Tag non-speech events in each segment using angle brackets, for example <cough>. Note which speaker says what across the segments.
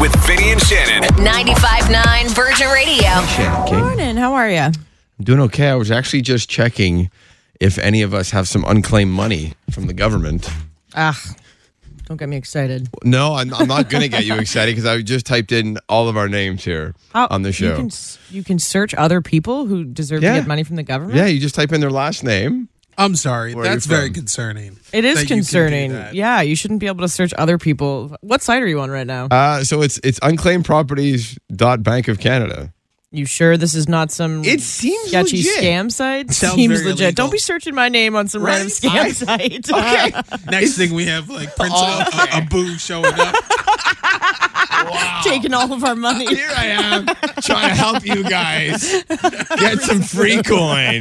Speaker 1: with Vinny and Shannon.
Speaker 2: 95.9 Virgin Radio.
Speaker 3: Shannon King.
Speaker 4: Morning. How are you?
Speaker 3: I'm doing okay. I was actually just checking if any of us have some unclaimed money from the government.
Speaker 4: Ah, don't get me excited.
Speaker 3: No, I'm, I'm not going to get you excited because I just typed in all of our names here on the
Speaker 4: Oh, You
Speaker 3: show.
Speaker 4: can, s- you can search other people who deserve
Speaker 3: Yeah.
Speaker 4: to get money from the government.
Speaker 3: yeah, you just type in their last name.
Speaker 5: I'm sorry.
Speaker 3: are you
Speaker 5: That's very
Speaker 3: from?
Speaker 5: concerning.
Speaker 4: It is
Speaker 5: that you can do
Speaker 4: concerning.
Speaker 5: that.
Speaker 4: yeah, you shouldn't be able to search other people. What site are you on right now?
Speaker 3: Uh, so it's it's unclaimedproperties.bank of Canada.
Speaker 4: you sure this is not some
Speaker 3: It seems
Speaker 4: sketchy
Speaker 3: legit.
Speaker 4: scam site?
Speaker 5: Sounds
Speaker 4: seems
Speaker 5: very
Speaker 4: legit.
Speaker 5: illegal.
Speaker 4: Don't be searching my name on some
Speaker 5: Right?
Speaker 4: random scam
Speaker 3: I- <laughs>
Speaker 4: site.
Speaker 3: Okay.
Speaker 5: Next thing we have like Prince a, a boo showing up.
Speaker 4: <laughs> Taking all of our
Speaker 3: <laughs>
Speaker 4: money. <laughs>
Speaker 3: Here I am trying to help you guys get some free coin.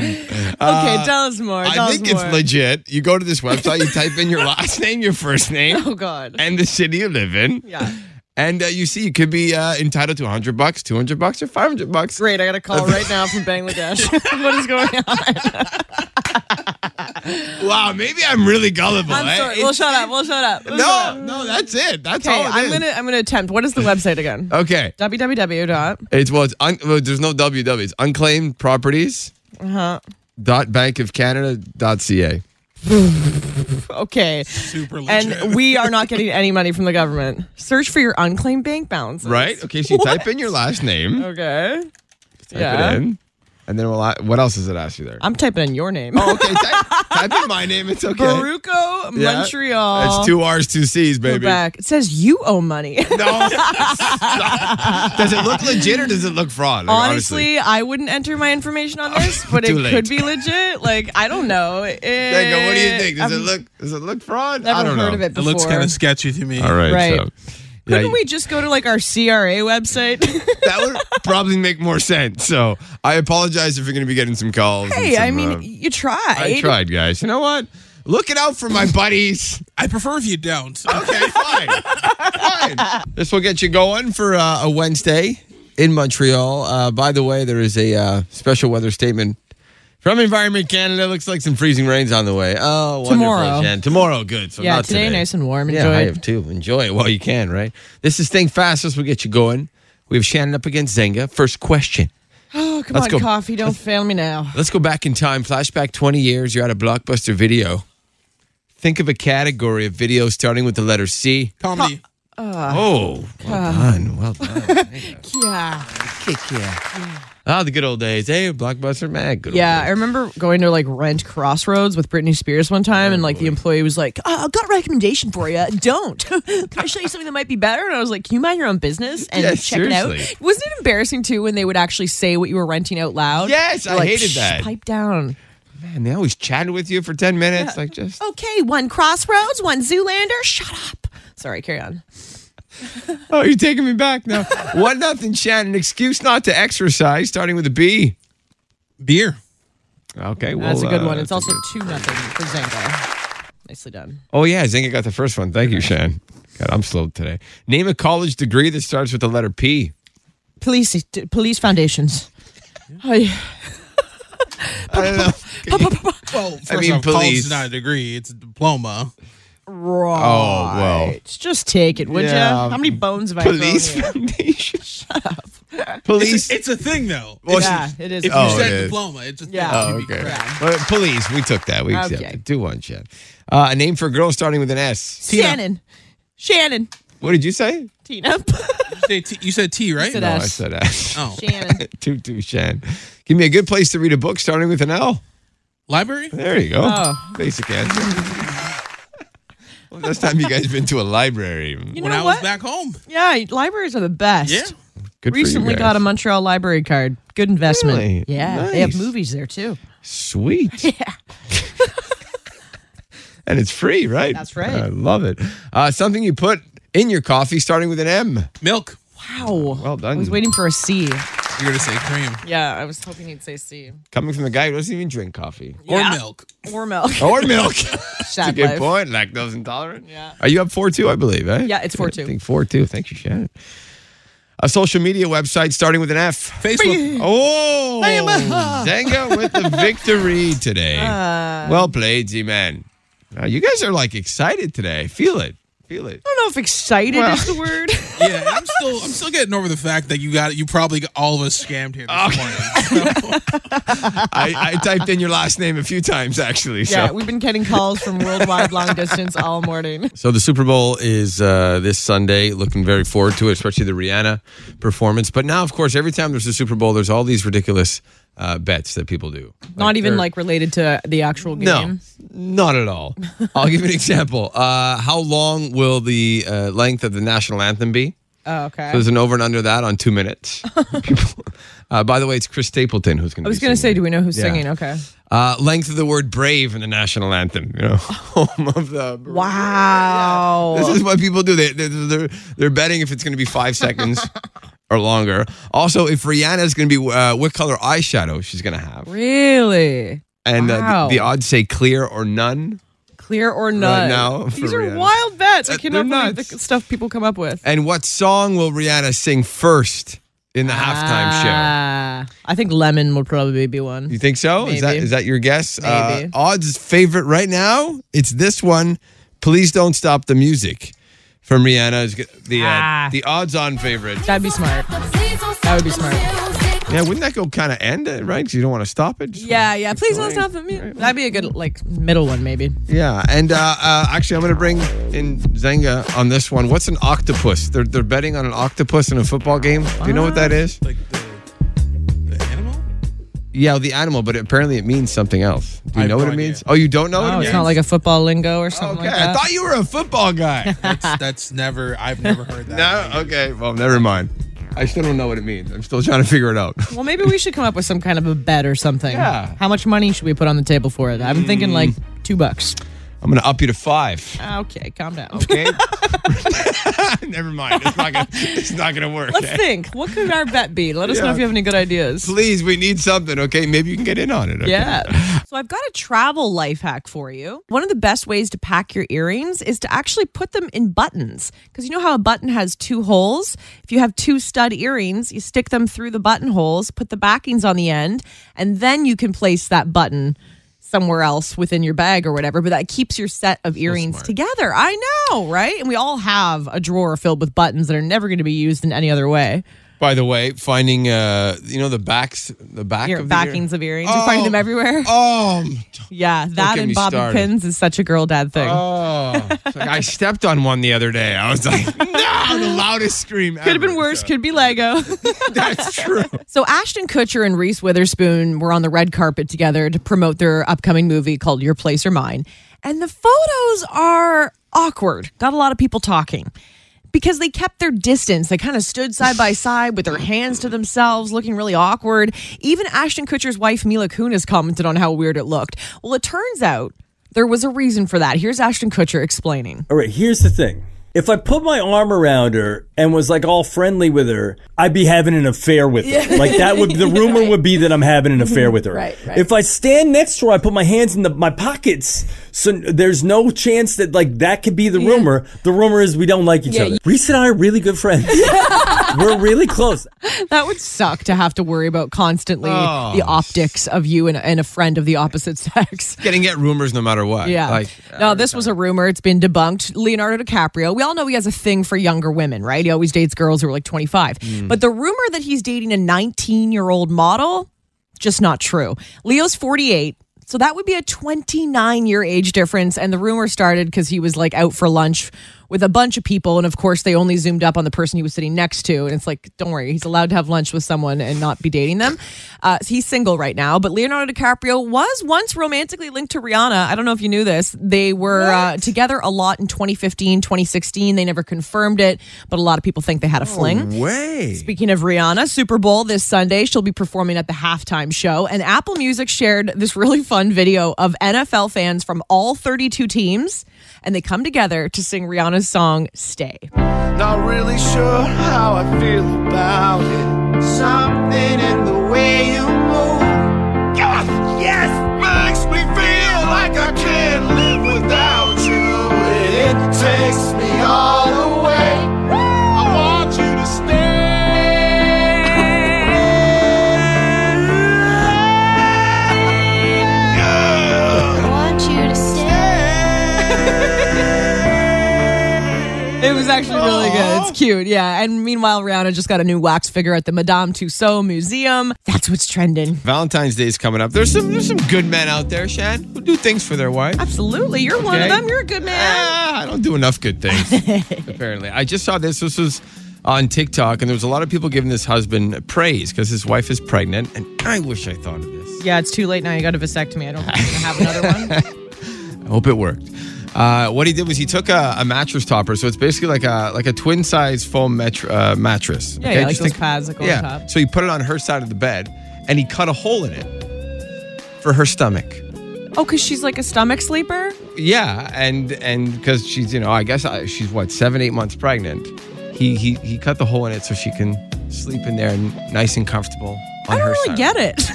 Speaker 4: okay, tell us more. Tell
Speaker 3: I think
Speaker 4: us
Speaker 3: it's
Speaker 4: more.
Speaker 3: legit. You go to this website, you type in your last name, your first name,
Speaker 4: Oh God.
Speaker 3: and the city you live in.
Speaker 4: Yeah.
Speaker 3: And uh, you see, you could be uh, entitled to 100 bucks, 200 bucks, or 500 bucks.
Speaker 4: Great, I got a call right now from Bangladesh. <laughs> what is going
Speaker 3: <laughs>
Speaker 4: on?
Speaker 3: Wow, maybe I'm really gullible. eh?
Speaker 4: I'm sorry. We'll
Speaker 3: It's-
Speaker 4: shut up. We'll shut up. We'll shut up.
Speaker 3: no, no, that's it. That's
Speaker 4: Okay,
Speaker 3: all. it Uh,
Speaker 4: I'm
Speaker 3: is.
Speaker 4: gonna I'm gonna attempt. What is the
Speaker 3: <laughs>
Speaker 4: website again?
Speaker 3: Okay,
Speaker 4: www dot
Speaker 3: it's well, it's un- well, there's no WW. It's unclaimed properties.
Speaker 4: uh-huh.
Speaker 3: Dot Bank of Canada. Dot ca.
Speaker 4: okay,
Speaker 5: Super legit.
Speaker 4: and we are not getting any money from the government. Search for your unclaimed bank balance.
Speaker 3: Right. Okay. So you type in your last name.
Speaker 4: Okay.
Speaker 3: Type
Speaker 4: yeah.
Speaker 3: it in, and then we'll. a- What else does it ask you there?
Speaker 4: I'm typing in your name.
Speaker 3: oh, okay. Type, type in my name. It's okay.
Speaker 4: Baruco,
Speaker 3: Yeah.
Speaker 4: Montreal.
Speaker 3: It's two R's, two C's, baby.
Speaker 4: Quebec. It says you owe
Speaker 3: <laughs>
Speaker 4: money. <laughs>
Speaker 3: No. does it look legit or does it look fraud? Like,
Speaker 4: Honestly, I wouldn't enter my information
Speaker 3: <laughs>
Speaker 4: on this, but it
Speaker 3: Too late.
Speaker 4: could be legit. Like I don't know. It,
Speaker 3: Jacob, what do you think? Does
Speaker 4: eh, I've
Speaker 3: it look does it look fraud?
Speaker 4: Never
Speaker 3: I don't
Speaker 4: heard
Speaker 3: know.
Speaker 4: of it
Speaker 5: it
Speaker 4: before.
Speaker 5: looks kind of sketchy to me.
Speaker 3: All right,
Speaker 4: Right.
Speaker 3: so yeah,
Speaker 4: Couldn't we just go to like our CRA website? <laughs>
Speaker 3: that would probably make more sense. So I apologize if you're going to be getting some calls. and
Speaker 4: Hey, I
Speaker 3: some,
Speaker 4: mean,
Speaker 3: uh,
Speaker 4: you tried.
Speaker 3: I tried, guys. You know what? Look it out for my buddies.
Speaker 5: I prefer if you don't.
Speaker 3: Okay, fine. fine. This will get you going for uh, a Wednesday in Montreal. Uh, by the way, there is a uh, special weather statement from Environment Canada. Looks like some freezing rains on the way. Oh, wonderful,
Speaker 4: Tomorrow.
Speaker 3: Jen. Tomorrow, good. So
Speaker 4: Yeah,
Speaker 3: not
Speaker 4: today, nice and warm.
Speaker 3: Yeah,
Speaker 4: Enjoy
Speaker 3: I
Speaker 4: it.
Speaker 3: have too. Enjoy it while you can, right? This is Think Fast. This will get you going. We have Shannon up against Zenga. First question.
Speaker 4: Oh, <gasps> come
Speaker 3: Let's
Speaker 4: on,
Speaker 3: go. <laughs>
Speaker 4: coffee. Don't fail me now.
Speaker 3: Let's go back in time. Flashback 20 years. You're at a blockbuster video. Think of a category of video starting with the letter C.
Speaker 5: Comedy.
Speaker 3: Oh, well done. Well
Speaker 4: <laughs>
Speaker 3: done.
Speaker 4: Yeah.
Speaker 3: Ah, the good old days. Hey, Blockbuster Mag. Good
Speaker 4: Yeah, I
Speaker 3: Old
Speaker 4: remember going to like rent Crossroads with Britney Spears one time, and like the employee was like, oh, "I've got a recommendation for you. Don't. <laughs> Can I show you something that might be better?" And I was like, "Can you mind your own business and
Speaker 3: Yeah,
Speaker 4: check it
Speaker 3: seriously.
Speaker 4: out?" Wasn't it embarrassing too when they would actually say what you were renting out loud?
Speaker 3: Yes,
Speaker 4: They're
Speaker 3: I
Speaker 4: like,
Speaker 3: hated
Speaker 4: "Shh,
Speaker 3: that."
Speaker 4: Pipe down.
Speaker 3: days. Man, they always chatted with you for 10 minutes. Like, just.
Speaker 4: Okay, one Crossroads, one Zoolander. Shut up. Sorry, carry on.
Speaker 3: Oh, you're taking me back
Speaker 4: <laughs>
Speaker 3: now. One nothing, Shannon. Excuse not to exercise, starting with a B.
Speaker 5: Beer.
Speaker 3: Okay, well.
Speaker 4: That's a good
Speaker 3: uh,
Speaker 4: one.
Speaker 3: that's
Speaker 4: It's
Speaker 3: a
Speaker 4: also
Speaker 3: good-
Speaker 4: two nothing for Zango. Nicely done.
Speaker 3: Oh, yeah. Zinga got the first one. Thank you, Shannon. God, I'm slow today. Name a college degree that starts with the letter P.
Speaker 4: Police, t- police foundations. Oh, yeah.
Speaker 3: I don't
Speaker 4: <laughs>
Speaker 3: know.
Speaker 5: Well, first
Speaker 3: mean,
Speaker 5: off, college
Speaker 3: police.
Speaker 5: is not a degree; it's a diploma.
Speaker 4: Right.
Speaker 3: Oh, well.
Speaker 4: Just take it, would
Speaker 3: Yeah.
Speaker 4: ya? How many bones have
Speaker 3: Police
Speaker 4: I thrown <laughs>
Speaker 3: Foundation. Police.
Speaker 5: It's, it's a thing, though.
Speaker 3: Well,
Speaker 5: It's-
Speaker 4: Yeah, it is.
Speaker 5: If
Speaker 3: Oh,
Speaker 5: you
Speaker 3: it
Speaker 5: said
Speaker 3: is.
Speaker 5: diploma, it's a thing.
Speaker 4: Yeah.
Speaker 3: Oh,
Speaker 5: You'd be
Speaker 3: okay.
Speaker 5: correct.
Speaker 3: Well, police, we took that. We accepted.
Speaker 4: Okay.
Speaker 3: Do one, Shannon. Uh, a name for a girl starting with an S.
Speaker 4: here? Shannon. Shannon.
Speaker 3: What did you say?
Speaker 4: Tina.
Speaker 5: You, say T- you said T, right?
Speaker 4: said
Speaker 3: No, I
Speaker 4: S.
Speaker 3: said S.
Speaker 5: Oh,
Speaker 4: <laughs> Shannon.
Speaker 3: <laughs> Two, two, Shan. Give me a good place to read a book starting with an L.
Speaker 5: library.
Speaker 3: There you go.
Speaker 4: Oh.
Speaker 3: Basic answer. <laughs> well, last time you guys been to a library.
Speaker 4: You
Speaker 5: When
Speaker 4: know
Speaker 5: I
Speaker 4: what?
Speaker 5: was back home.
Speaker 4: Yeah, libraries are the best.
Speaker 5: Yeah.
Speaker 3: Good
Speaker 4: Recently
Speaker 3: for you guys.
Speaker 4: got a Montreal library card. Good investment.
Speaker 3: Really?
Speaker 4: Yeah. They have
Speaker 3: Nice.
Speaker 4: movies there too. <laughs>
Speaker 3: Sweet. Yeah. <laughs> and it's free, right?
Speaker 4: That's right.
Speaker 3: I love it. Uh, something you put in your coffee starting with an M.
Speaker 5: Milk.
Speaker 4: Wow.
Speaker 3: Well done.
Speaker 4: I was waiting for a C.
Speaker 5: You're gonna say cream
Speaker 4: Yeah, I was hoping he'd say C.
Speaker 3: Coming from the guy who doesn't even drink coffee.
Speaker 5: or
Speaker 4: Yeah.
Speaker 5: milk.
Speaker 4: Or milk.
Speaker 3: Or milk.
Speaker 4: <laughs> Sad
Speaker 3: Oh, That's a
Speaker 4: life.
Speaker 3: good point. Lactose intolerant.
Speaker 4: Yeah.
Speaker 3: Are you up 4 2, I believe, eh?
Speaker 4: Yeah, it's 4-2.
Speaker 3: I think 4 2. Thank you, Shannon. A social media website starting with an F.
Speaker 5: Facebook. <laughs>
Speaker 3: Oh! Zanga with
Speaker 4: <laughs>
Speaker 3: the victory today.
Speaker 4: Uh.
Speaker 3: well played, Uh, Z Man. you guys are like excited today. Feel it. Feel it.
Speaker 4: I don't know if excited
Speaker 3: Well- <laughs>
Speaker 4: is the word.
Speaker 5: Yeah, and I'm still I'm still getting over the fact that you got you probably got all of us scammed here <laughs> this morning. So,
Speaker 3: I, I typed in your last name a few times actually. So.
Speaker 4: <laughs> Yeah, we've been getting calls from
Speaker 3: <laughs>
Speaker 4: worldwide long distance all morning.
Speaker 3: So the Super Bowl is uh, this Sunday. Looking very forward to it, especially the Rihanna performance. But now, of course, every time there's a Super Bowl, there's all these ridiculous uh, bets that people do.
Speaker 4: Not even
Speaker 3: they're-
Speaker 4: like related to the actual
Speaker 3: no,
Speaker 4: game.
Speaker 3: not at
Speaker 4: <laughs>
Speaker 3: all. I'll give you an example. Uh, how long will the uh, length of the national anthem be?
Speaker 4: Oh, okay.
Speaker 3: There's an over and under that on two
Speaker 4: <laughs>
Speaker 3: minutes. People- uh, by the way, it's Chris Stapleton who's going to.
Speaker 4: I was going to say, do we know who's
Speaker 3: Yeah.
Speaker 4: singing? Okay.
Speaker 3: Uh, length of the word brave in the national anthem. You know, <laughs> home of the.
Speaker 4: Wow.
Speaker 3: This is what people do. They, they, they're, they're betting if it's going to be five seconds or longer. Also, if Rihanna's going to be uh, what color eyeshadow she's going to have.
Speaker 4: Really?
Speaker 3: And uh,
Speaker 4: Wow.
Speaker 3: the, the odds say clear or none.
Speaker 4: Clear or none?
Speaker 3: now,
Speaker 4: These
Speaker 3: for
Speaker 4: are
Speaker 3: Rihanna.
Speaker 4: wild bets. I
Speaker 3: Uh,
Speaker 4: cannot
Speaker 3: they're
Speaker 4: believe the
Speaker 3: nuts.
Speaker 4: c- stuff people come up with.
Speaker 3: And what song will Rihanna sing first in the halftime show?
Speaker 4: Ah, I think lemon would probably be one.
Speaker 3: You think so? Is that
Speaker 4: Maybe.
Speaker 3: is that your guess? Uh,
Speaker 4: Maybe.
Speaker 3: odds favorite right now. It's this one. Please don't stop the music from Rihanna. Is g- the uh,
Speaker 4: Ah.
Speaker 3: the odds on favorite.
Speaker 4: That'd be smart.
Speaker 1: That
Speaker 4: would be smart.
Speaker 3: Yeah, wouldn't that go kind of end it right? 'Cause you don't want to stop it. Just
Speaker 4: Yeah, yeah. Please don't
Speaker 3: going.
Speaker 4: stop the music. That'd be a good like middle one maybe.
Speaker 3: Yeah, and uh, uh, actually, I'm going to bring in Zenga on this one. What's an octopus? They're they're betting on an octopus in a football game. Do you know what that is?
Speaker 5: like the, the animal?
Speaker 3: Yeah, the animal, but apparently it means something else. Do
Speaker 5: I
Speaker 3: you
Speaker 5: have
Speaker 3: know what
Speaker 5: no
Speaker 3: it means?
Speaker 5: idea.
Speaker 3: Oh, you don't know what it
Speaker 4: Oh,
Speaker 3: means?
Speaker 4: it's not like a football lingo or something
Speaker 3: okay,
Speaker 4: like
Speaker 3: I
Speaker 4: that.
Speaker 3: thought you were a football
Speaker 4: <laughs>
Speaker 3: guy.
Speaker 5: That's that's never I've never heard that.
Speaker 3: no, okay, well, never mind. I still don't know what it means. I'm still trying to figure it out.
Speaker 4: well, maybe we should come up with some kind of a bet or something.
Speaker 3: Yeah.
Speaker 4: How much money should we put on the table for it? I'm thinking like two bucks.
Speaker 3: I'm going to up you to five.
Speaker 4: Okay, calm down.
Speaker 3: Okay. <laughs> never mind. It's not gonna. It's not gonna work.
Speaker 4: <laughs> Let's think. What could our bet be? Let us know
Speaker 3: Yeah.
Speaker 4: if you have any good ideas.
Speaker 3: Please, we need something. Okay, maybe you can get in on it. Okay? <laughs>
Speaker 4: Yeah. So I've got a travel life hack for you. One of the best ways to pack your earrings is to actually put them in buttons. Because you know how a button has two holes? If you have two stud earrings, you stick them through the buttonholes, put the backings on the end, and then you can place that button somewhere else within your bag or whatever. But that keeps your set of earrings together. I know, right? And we all have a drawer filled with buttons that are never going to be used in any other way.
Speaker 3: By the way, finding uh, you know the backs, the back
Speaker 4: Ear-
Speaker 3: of the ear-
Speaker 4: backings of earrings. We find them
Speaker 3: Oh.
Speaker 4: everywhere.
Speaker 3: Oh,
Speaker 4: Yeah, that
Speaker 3: get me
Speaker 4: and bobbin
Speaker 3: started.
Speaker 4: pins is such a girl dad thing.
Speaker 3: oh! It's like I stepped on one the other day. I was
Speaker 4: <laughs>
Speaker 3: like, no, the loudest scream.
Speaker 4: could have been worse. Could be Lego.
Speaker 3: <laughs> That's true.
Speaker 4: so Ashton Kutcher and Reese Witherspoon were on the red carpet together to promote their upcoming movie called Your Place or Mine, and the photos are awkward. Got a lot of people talking because they kept their distance. They kind of stood
Speaker 3: <laughs>
Speaker 4: side by side with their hands to themselves, looking really awkward. Even Ashton Kutcher's wife Mila Kunis commented on how weird it looked. Well, it turns out. There was a reason for that. Here's Ashton Kutcher explaining.
Speaker 6: All right, here's the thing. If I put my arm around her and was like all friendly with her, I'd be having an affair with her. Like that would <laughs> the rumor would be that I'm having an affair with her. Right, right. If I stand next to her, I put my hands in the, my pockets, so n- there's no chance that like that could be the rumor. The rumor is we don't like each other. Reese and I are really good <laughs> friends. We're really close.
Speaker 4: That would suck to have to worry about constantly
Speaker 3: Oh.
Speaker 4: the optics of you and, and a friend of the opposite sex. <laughs>
Speaker 3: Getting at rumors no matter what.
Speaker 4: Yeah.
Speaker 3: Like,
Speaker 4: no, this was a rumor. It's been debunked. Leonardo DiCaprio, we all know he has a thing for younger women, right? He always dates girls who are like 25.
Speaker 3: Hmm.
Speaker 4: But the rumor that he's dating a 19 year old model, just not true. Leo's 48. So that would be a 29 year age difference. And the rumor started because he was like out for lunch with a bunch of people. And of course, they only zoomed up on the person he was sitting next to. And it's like, don't worry, he's allowed to have lunch with someone and not be dating them. Uh, he's single right now. But Leonardo DiCaprio was once romantically linked to Rihanna. I don't know if you knew this. They were uh, together a lot in 2015, 2016. They never confirmed it, but a lot of people think they had a fling.
Speaker 3: way.
Speaker 4: Speaking of Rihanna, Super Bowl this Sunday, she'll be performing at the halftime show. And Apple Music shared this really fun video of NFL fans from all 32 teams, and they come together to sing Rihanna's song Stay.
Speaker 7: Not really sure how I feel about it. Something in the way you move. Yes, yes, makes me feel like I can't live without you. And it takes me all away. I want you to stay. Yeah.
Speaker 1: want you to stay.
Speaker 4: It was actually really good. It's cute. Yeah. And meanwhile, Rihanna just got a new wax figure at the Madame Tussauds Museum. That's what's trending.
Speaker 3: Valentine's Day is coming up. There's some there's some good men out there, Shan, who do things for their wives.
Speaker 4: Absolutely. You're one of
Speaker 3: Okay.
Speaker 4: them. You're a good man.
Speaker 3: Ah, I don't do enough good
Speaker 4: <laughs>
Speaker 3: things, apparently. I just saw this. This was on TikTok, and there was a lot of people giving this husband praise because his wife is pregnant. And I wish I thought of this.
Speaker 4: Yeah, it's too late now. You got a vasectomy. I don't think I'm going to have <laughs> another one.
Speaker 3: I hope it worked. Uh, what he did was he took a, a mattress topper, so it's basically like a like a twin size foam metr- uh, mattress.
Speaker 4: Yeah, yeah, like
Speaker 3: Just
Speaker 4: those pads that go on
Speaker 3: yeah.
Speaker 4: top.
Speaker 3: So he put it on her side of the bed, and he cut a hole in it for her stomach.
Speaker 4: Oh, because she's like a stomach sleeper?
Speaker 3: Yeah, and and because she's you know I guess I, she's what seven eight months pregnant. He he he cut the hole in it so she can sleep in there and nice and comfortable on
Speaker 4: I
Speaker 3: her
Speaker 4: don't
Speaker 3: side.
Speaker 4: really get it.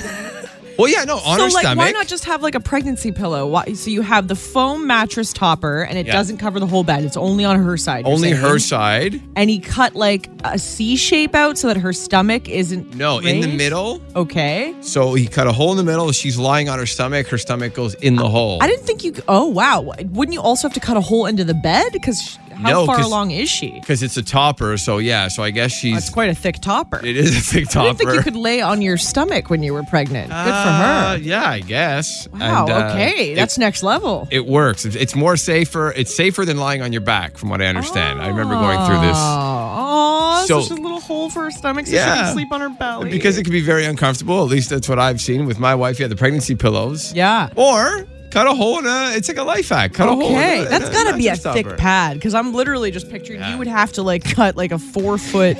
Speaker 3: Well, yeah, no, on
Speaker 4: so,
Speaker 3: her
Speaker 4: like,
Speaker 3: stomach.
Speaker 4: why not just have like a pregnancy pillow? Why, so you have the foam mattress topper, and it
Speaker 3: Yeah.
Speaker 4: doesn't cover the whole bed. It's only on her side. you're
Speaker 3: only
Speaker 4: saying?
Speaker 3: her side?
Speaker 4: And he cut like a C shape out so that her stomach isn't.
Speaker 3: No, in the
Speaker 4: raised?
Speaker 3: middle.
Speaker 4: Okay.
Speaker 3: So he cut a hole in the middle. She's lying on her stomach. Her stomach goes in the hole.
Speaker 4: I didn't think you. Oh wow! Wouldn't you also have to cut a hole into the bed? Because how
Speaker 3: No,
Speaker 4: far
Speaker 3: 'cause-
Speaker 4: along is she?
Speaker 3: because it's a topper. So yeah, so I guess
Speaker 4: That's
Speaker 3: she's
Speaker 4: quite a thick topper.
Speaker 3: it is a thick
Speaker 4: I
Speaker 3: topper.
Speaker 4: didn't think you could lay on your stomach when you were pregnant. Good
Speaker 3: Uh,
Speaker 4: for her.
Speaker 3: yeah, I guess.
Speaker 4: Wow.
Speaker 3: And, uh,
Speaker 4: okay,
Speaker 3: it-
Speaker 4: that's next level.
Speaker 3: It works. It's- It's more safer. It's safer than lying on your back, from what I understand. I remember going through this.
Speaker 4: Oh,
Speaker 3: So-
Speaker 4: so, just a little hole for her stomach so she
Speaker 3: Yeah.
Speaker 4: can sleep on her belly.
Speaker 3: Because it can be very uncomfortable. At least that's what I've seen with my wife. Yeah, the pregnancy pillows.
Speaker 4: yeah.
Speaker 3: Or cut a hole in a. It's like a life hack. Cut a hole.
Speaker 4: Okay,
Speaker 3: in a-
Speaker 4: that's
Speaker 3: in
Speaker 4: got to be a
Speaker 3: mattress topper.
Speaker 4: thick pad because I'm literally just picturing you would have to like cut like a four foot,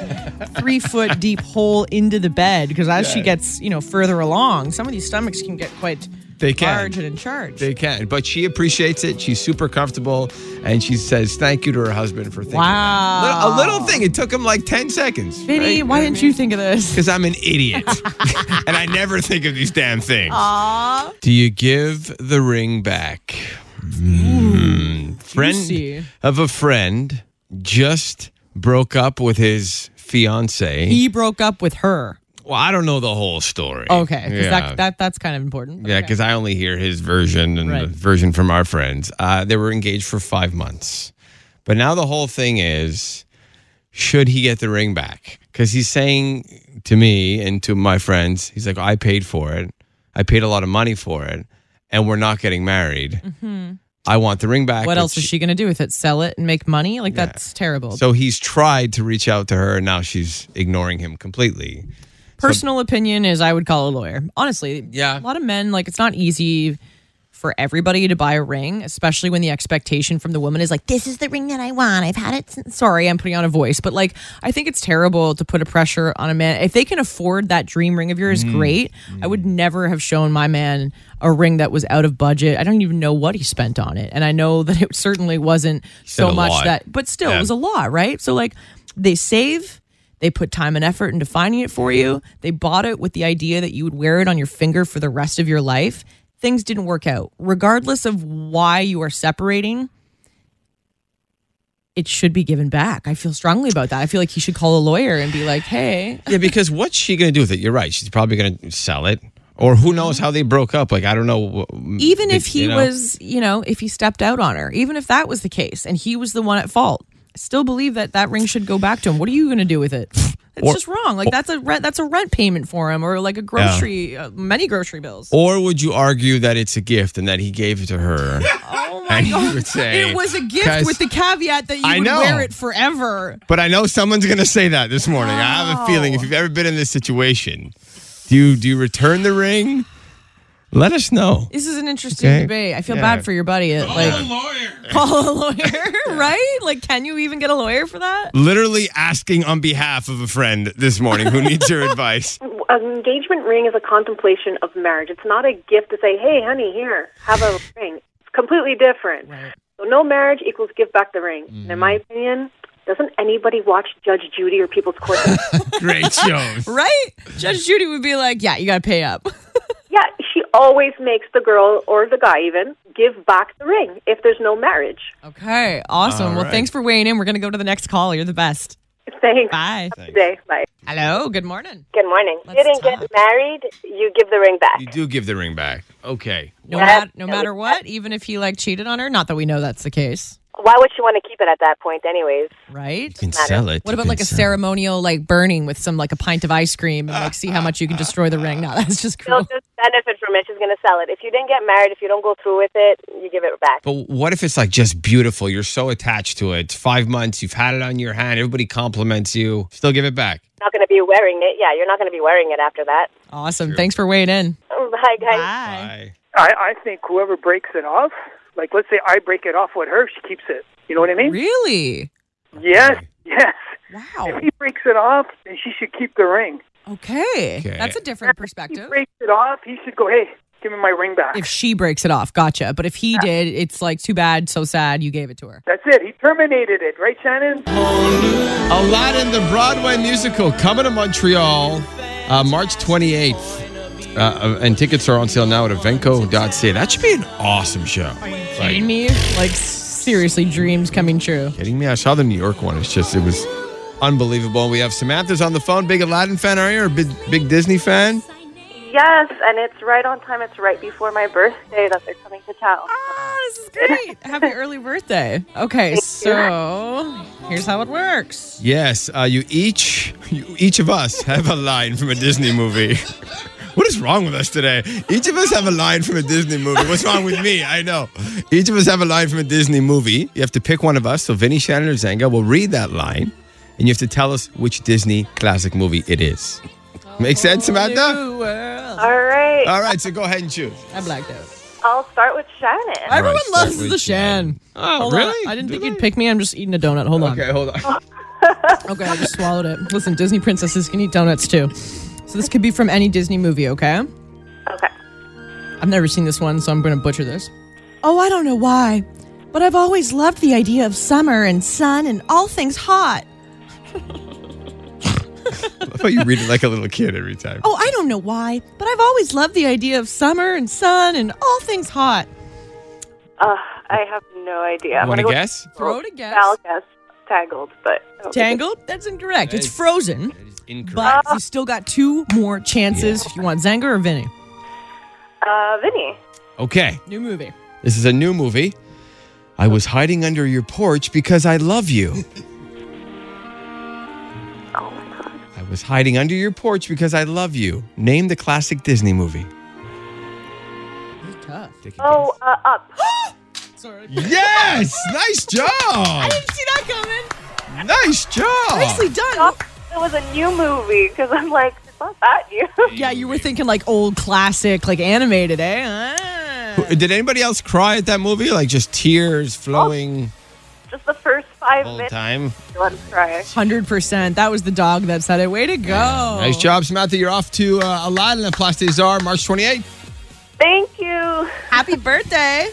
Speaker 4: three
Speaker 3: <laughs>
Speaker 4: foot deep hole into the bed because as she gets you know further along, some of these stomachs can get quite
Speaker 3: They can.
Speaker 4: large and in charge.
Speaker 3: They can, but she appreciates it. She's super comfortable, and she says thank you to her husband for thinking.
Speaker 4: Wow.
Speaker 3: that. Little- a little thing. It took him like ten seconds.
Speaker 4: Vinny, why didn't you think of this?
Speaker 3: Because I'm an idiot, <laughs> and I never think of these damn things.
Speaker 4: Aw.
Speaker 3: Do you give the ring back? Mm. Friend
Speaker 4: juicy.
Speaker 3: of a friend just broke up with his fiance.
Speaker 4: He broke up with her.
Speaker 3: well, I don't know the whole story.
Speaker 4: Okay, because
Speaker 3: Yeah.
Speaker 4: that, that that's kind of important.
Speaker 3: Yeah,
Speaker 4: Okay.
Speaker 3: because I only hear his version and the
Speaker 4: Right.
Speaker 3: version from our friends. Uh, they were engaged for five months. But now the whole thing is should he get the ring back? Because he's saying to me and to my friends, he's like, I paid for it. I paid a lot of money for it. And we're not getting married. I want the ring back.
Speaker 4: Mm-hmm. what
Speaker 3: but
Speaker 4: else is she going to do with it? Sell it and make money? Like that's terrible.
Speaker 3: So he's tried to reach out to her, and now she's ignoring him completely.
Speaker 4: personal opinion is I would call a lawyer. Honestly,
Speaker 3: Yeah.
Speaker 4: a lot of men like it's not easy for everybody to buy a ring, especially when the expectation from the woman is like, "This is the ring that I want. I've had it." Since... Sorry, I'm putting on a voice, but like I think it's terrible to put a pressure on a man. If they can afford that dream ring of yours,
Speaker 3: Mm.
Speaker 4: great. I would never have shown my man a ring that was out of budget. I don't even know what he spent on it, and I know that it certainly wasn't
Speaker 3: spent
Speaker 4: so
Speaker 3: a
Speaker 4: much
Speaker 3: lot.
Speaker 4: that, but still,
Speaker 3: Yeah.
Speaker 4: it was a lot, right? So like they save. They put time and effort into finding it for you. They bought it with the idea that you would wear it on your finger for the rest of your life. Things didn't work out. Regardless of why you are separating, it should be given back. I feel strongly about that. I feel like he should call a lawyer and be like, hey,
Speaker 3: Yeah, because what's she going to do with it? You're right. She's probably going to sell it. Or who knows how they broke up. Like, I don't know. wh-
Speaker 4: Mm-hmm. even if
Speaker 3: you
Speaker 4: he
Speaker 3: know?
Speaker 4: was, you know, if he stepped out on her, even if that was the case and he was the one at fault, I still believe that that ring should go back to him. What are you going to do with it? It's
Speaker 3: Or-
Speaker 4: just wrong. Like that's a rent, that's a rent payment for him, or like a grocery, uh, many grocery bills.
Speaker 3: Or would you argue that it's a gift and that he gave it to
Speaker 4: <laughs>
Speaker 3: her? oh my and God. You would say,
Speaker 4: It was a
Speaker 3: Guys,
Speaker 4: gift with the caveat that you
Speaker 3: I
Speaker 4: would
Speaker 3: know.
Speaker 4: wear it forever.
Speaker 3: But I know someone's going to say that this morning. I have a feeling if you've ever been in this situation, do you, do you return the ring? Let us know.
Speaker 4: This is an interesting
Speaker 3: Okay.
Speaker 4: debate. I feel
Speaker 3: Yeah.
Speaker 4: bad for your buddy. that,
Speaker 5: I'm
Speaker 4: Like,
Speaker 5: a lawyer.
Speaker 4: <laughs> call a
Speaker 5: <laughs>
Speaker 4: lawyer, right? Like, can you even get a lawyer for that?
Speaker 3: Literally asking on behalf of a friend this morning who needs
Speaker 4: <laughs>
Speaker 3: your advice.
Speaker 1: An engagement ring is a contemplation of marriage. It's not a gift to say, hey, honey, here, have a ring. It's completely different. So, no marriage equals give back the ring. And
Speaker 4: Mm.
Speaker 1: in my opinion, doesn't anybody watch Judge Judy or People's
Speaker 4: <laughs>
Speaker 1: Court?
Speaker 3: Great shows.
Speaker 4: Right? Judge Judy would be like, yeah, you got to pay up. <laughs>
Speaker 1: yeah, she always makes the girl or the guy even give back the ring if there's no marriage. <laughs>
Speaker 4: Okay, awesome.
Speaker 3: All
Speaker 4: well,
Speaker 3: right.
Speaker 4: thanks for weighing in. We're going to go to the next call. You're the best.
Speaker 1: Thanks.
Speaker 4: Bye.
Speaker 1: Today. Bye.
Speaker 4: Hello, good morning.
Speaker 8: Good morning.
Speaker 4: Let's
Speaker 8: you didn't
Speaker 4: talk.
Speaker 8: get married, you give the ring back.
Speaker 3: You do give the ring back. Okay.
Speaker 4: No, mat- no matter what, even if he like cheated on her, not that we know that's the case.
Speaker 8: why would she want to keep it at that point, anyways?
Speaker 4: right?
Speaker 3: You can sell it.
Speaker 4: What
Speaker 3: You
Speaker 4: about
Speaker 3: can
Speaker 4: like a
Speaker 3: sell it.
Speaker 4: ceremonial like burning with some like a pint of ice cream and like see how much you can destroy the ring? No, <laughs> that's just
Speaker 8: She'll
Speaker 4: cruel.
Speaker 8: just benefit from it. She's going to sell it. If you didn't get married, if you don't go through with it, you give it back.
Speaker 3: But what if it's like just beautiful? You're so attached to it. It's five months. You've had it on your hand. Everybody compliments you. Still give it back.
Speaker 8: You're not going to be wearing it. Yeah, you're not going to be wearing it after that.
Speaker 4: Awesome. Thanks for weighing in.
Speaker 9: Oh,
Speaker 8: Bye, guys.
Speaker 3: Bye.
Speaker 9: I, I think whoever breaks it off, like let's say I break it off with her, she keeps it. You know what I mean?
Speaker 4: Really?
Speaker 9: Yes, <laughs> yes.
Speaker 4: Wow.
Speaker 9: <laughs> If he breaks it off, then she should keep the ring.
Speaker 4: Okay.
Speaker 3: Okay.
Speaker 4: That's a different
Speaker 9: If he
Speaker 4: perspective.
Speaker 9: breaks it off, he should go, hey, give me my ring back.
Speaker 4: If she breaks it off, gotcha. But if he did, it's like too bad, so sad you gave it to her.
Speaker 9: That's it. He terminated it, right, Shannon?
Speaker 3: Aladdin, the Broadway musical, coming to Montreal uh, March 28th. Uh, and tickets are on sale now at evenco.ca. That should be an awesome show.
Speaker 4: Kidding me? Like seriously, dreams coming true.
Speaker 3: Kidding me? I saw the New York one. It's just, it was unbelievable. And we have Samantha's on the phone. Big Aladdin fan, are you? Or a big, big Disney fan?
Speaker 1: Yes, and it's right on time. It's right before my birthday that they're coming to town.
Speaker 4: Ah, this is great. <laughs> Happy early birthday. Okay, so here's how it works.
Speaker 3: Yes, uh, you each, you, each of us have a line from a Disney movie. <laughs> what is wrong with us today? Each of us have a line from a Disney movie. What's wrong with me? I know. Each of us have a line from a Disney movie. You have to pick one of us. So Vinny, Shannon, or Zanga will read that line, and you have to tell us which Disney classic movie it is. Make sense, Samantha?
Speaker 4: New world.
Speaker 1: All right,
Speaker 3: All right, so go ahead and choose.
Speaker 4: I blacked out.
Speaker 1: I'll start with Shannon.
Speaker 4: Everyone
Speaker 3: All right,
Speaker 4: loves
Speaker 3: start with
Speaker 4: the Shan.
Speaker 3: Shan. Oh,
Speaker 4: Hold on.
Speaker 3: really?
Speaker 4: I didn't
Speaker 3: Do
Speaker 4: think
Speaker 3: they?
Speaker 4: you'd pick me. I'm just eating a donut. Hold on.
Speaker 3: Okay, hold on. <laughs>
Speaker 4: Okay, I just swallowed it. Listen, Disney princesses can eat donuts too. So this could be from any Disney movie, okay?
Speaker 1: Okay.
Speaker 4: I've never seen this one, so I'm going to butcher this. Oh, I don't know why, but I've always loved the idea of summer and sun and all things hot.
Speaker 3: I thought you read it like a little kid every time.
Speaker 4: Oh, I don't know why, but I've always loved the idea of summer and sun and all things hot.
Speaker 1: Uh, I have no idea. I'm
Speaker 3: Want to
Speaker 1: gonna go-
Speaker 3: guess?
Speaker 4: Throw it a guess.
Speaker 1: I'll guess Tangled, but
Speaker 4: Tangled? That's incorrect. It's Frozen.
Speaker 3: Incorrect.
Speaker 4: But you still got two more chances if you want Zanger or Vinny.
Speaker 1: Uh, Vinny.
Speaker 3: Okay.
Speaker 4: New movie.
Speaker 3: This is a new movie. I was hiding under your porch because I love you.
Speaker 1: Oh my god.
Speaker 3: I was hiding under your porch because I love you. Name the classic Disney movie.
Speaker 4: Tough.
Speaker 1: Oh, uh, up.
Speaker 4: Sorry.
Speaker 3: Yes! nice job!
Speaker 4: Didn't see that coming.
Speaker 3: Nice
Speaker 4: Nicely
Speaker 3: job!
Speaker 4: done.
Speaker 1: Up. Oh, It was a new movie because I'm like, it's not that new. <laughs>
Speaker 4: Yeah, you were thinking like old classic, like animated, eh? Ah.
Speaker 3: Did anybody else cry at that movie? Like just tears flowing
Speaker 1: Just the first five
Speaker 3: all the
Speaker 1: minutes.
Speaker 3: time?
Speaker 1: Let us try.
Speaker 4: 100%. That was the dog that said it. Way to go.
Speaker 3: Nice job, Samantha. You're off to uh, Aladdin at Place des Arts March 28th.
Speaker 1: Thank you.
Speaker 4: Happy birthday.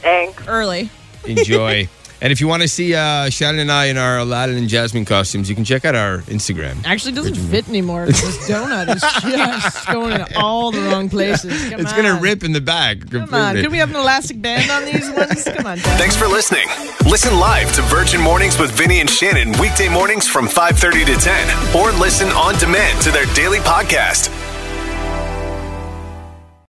Speaker 1: Thanks.
Speaker 4: Early.
Speaker 3: Enjoy. <laughs> and if you want to see uh, Shannon and I in our Aladdin and Jasmine costumes, you can check out our Instagram.
Speaker 4: Actually doesn't fit anymore. 'cause This
Speaker 3: <laughs>
Speaker 4: donut is just going in all the wrong places. Come
Speaker 3: it's gonna
Speaker 4: on.
Speaker 3: rip in the bag.
Speaker 4: Come on. Can we have an elastic band on these ones? Come on. Dad.
Speaker 7: Thanks for listening. Listen live to Virgin Mornings with Vinny and Shannon weekday mornings from 5:30 to 10 or listen on demand to their daily podcast.